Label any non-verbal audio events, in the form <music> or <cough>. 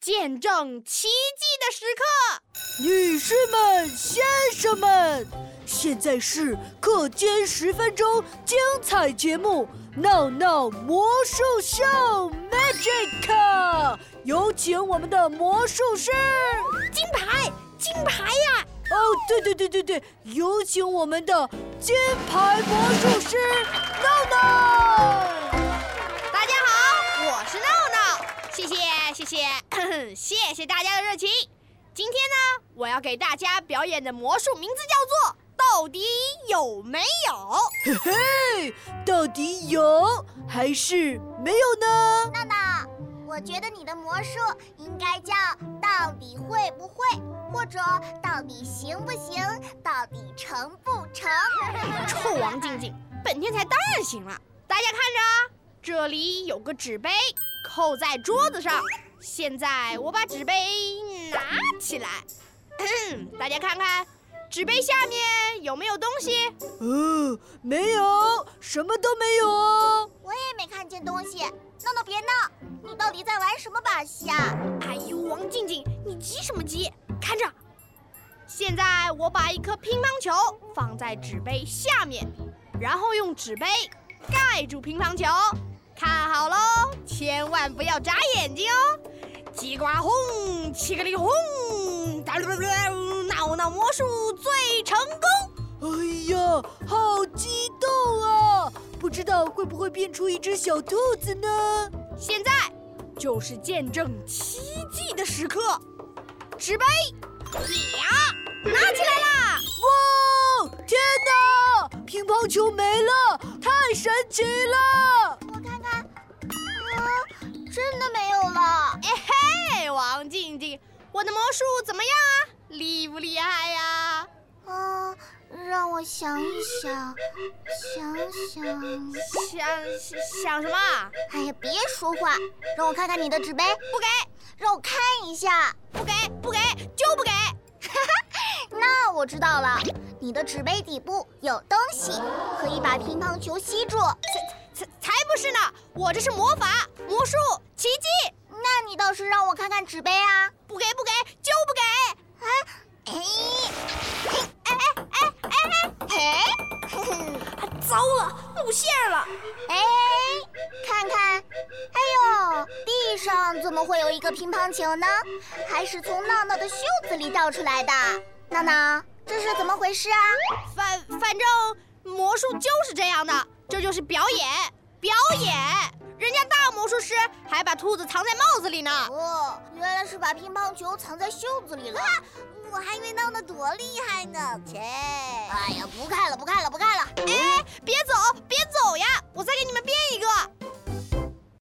见证奇迹的时刻！女士们、先生们，现在是课间十分钟精彩节目《闹闹魔术秀 Magic》，有请我们的魔术师金牌，金牌呀、啊！哦，对对对对对，有请我们的金牌魔术师闹闹。大家好，我是闹闹，谢谢谢谢谢谢大家的热情。今天呢，我要给大家表演的魔术名字叫做“到底有没有”。嘿嘿，哎到底有还是没有呢？闹闹，我觉得你的魔术应该叫“到底会不会”。或者到底行不行？到底成不成？ <laughs> 臭王静静，本天才当然行了。大家看着，这里有个纸杯扣在桌子上。现在我把纸杯拿起来，嗯大家看看，纸杯下面有没有东西？呃，没有，什么都没有。哦我也没看见东西。闹闹，别闹！你到底在玩什么把戏啊？哎呦，王静静，你急什么急？看着，现在我把一颗乒乓球放在纸杯下面，然后用纸杯盖住乒乓球。看好喽，千万不要眨眼睛哦！叽呱轰，叽个里轰，闹闹魔术最成功。哎呀，好激动啊！不知道会不会变出一只小兔子呢？现在就是见证奇迹的时刻。纸杯，呀，拿起来啦！哇，天哪，乒乓球没了，太神奇了！我看看，啊，真的没有了！哎嘿，王静静，我的魔术怎么样啊？厉不厉害呀、啊？啊，让我想一想，想想想想什么？啊哎呀，别说话，让我看看你的纸杯。不给。让我看一下，不给不给就不给。 <laughs> 那我知道了，你的纸杯底部有东西，可以把乒乓球吸住。才才才不是呢，我这是魔法、魔术、奇迹。哎那你倒是让我看看纸杯啊！不给不给就不给。啊！哎哎哎哎哎哎！糟了，露馅了！哎，看看，哎呦，地上怎么会有一个乒乓球呢？还是从闹闹的袖子里掉出来的。闹闹，这是怎么回事啊？反反正魔术就是这样的，这就是表演，表演。人家大魔术师还把兔子藏在帽子里呢。哦，原来是把乒乓球藏在袖子里了。啊、我还以为闹闹多厉害呢。切！哎呀，不看了，不看了，不看。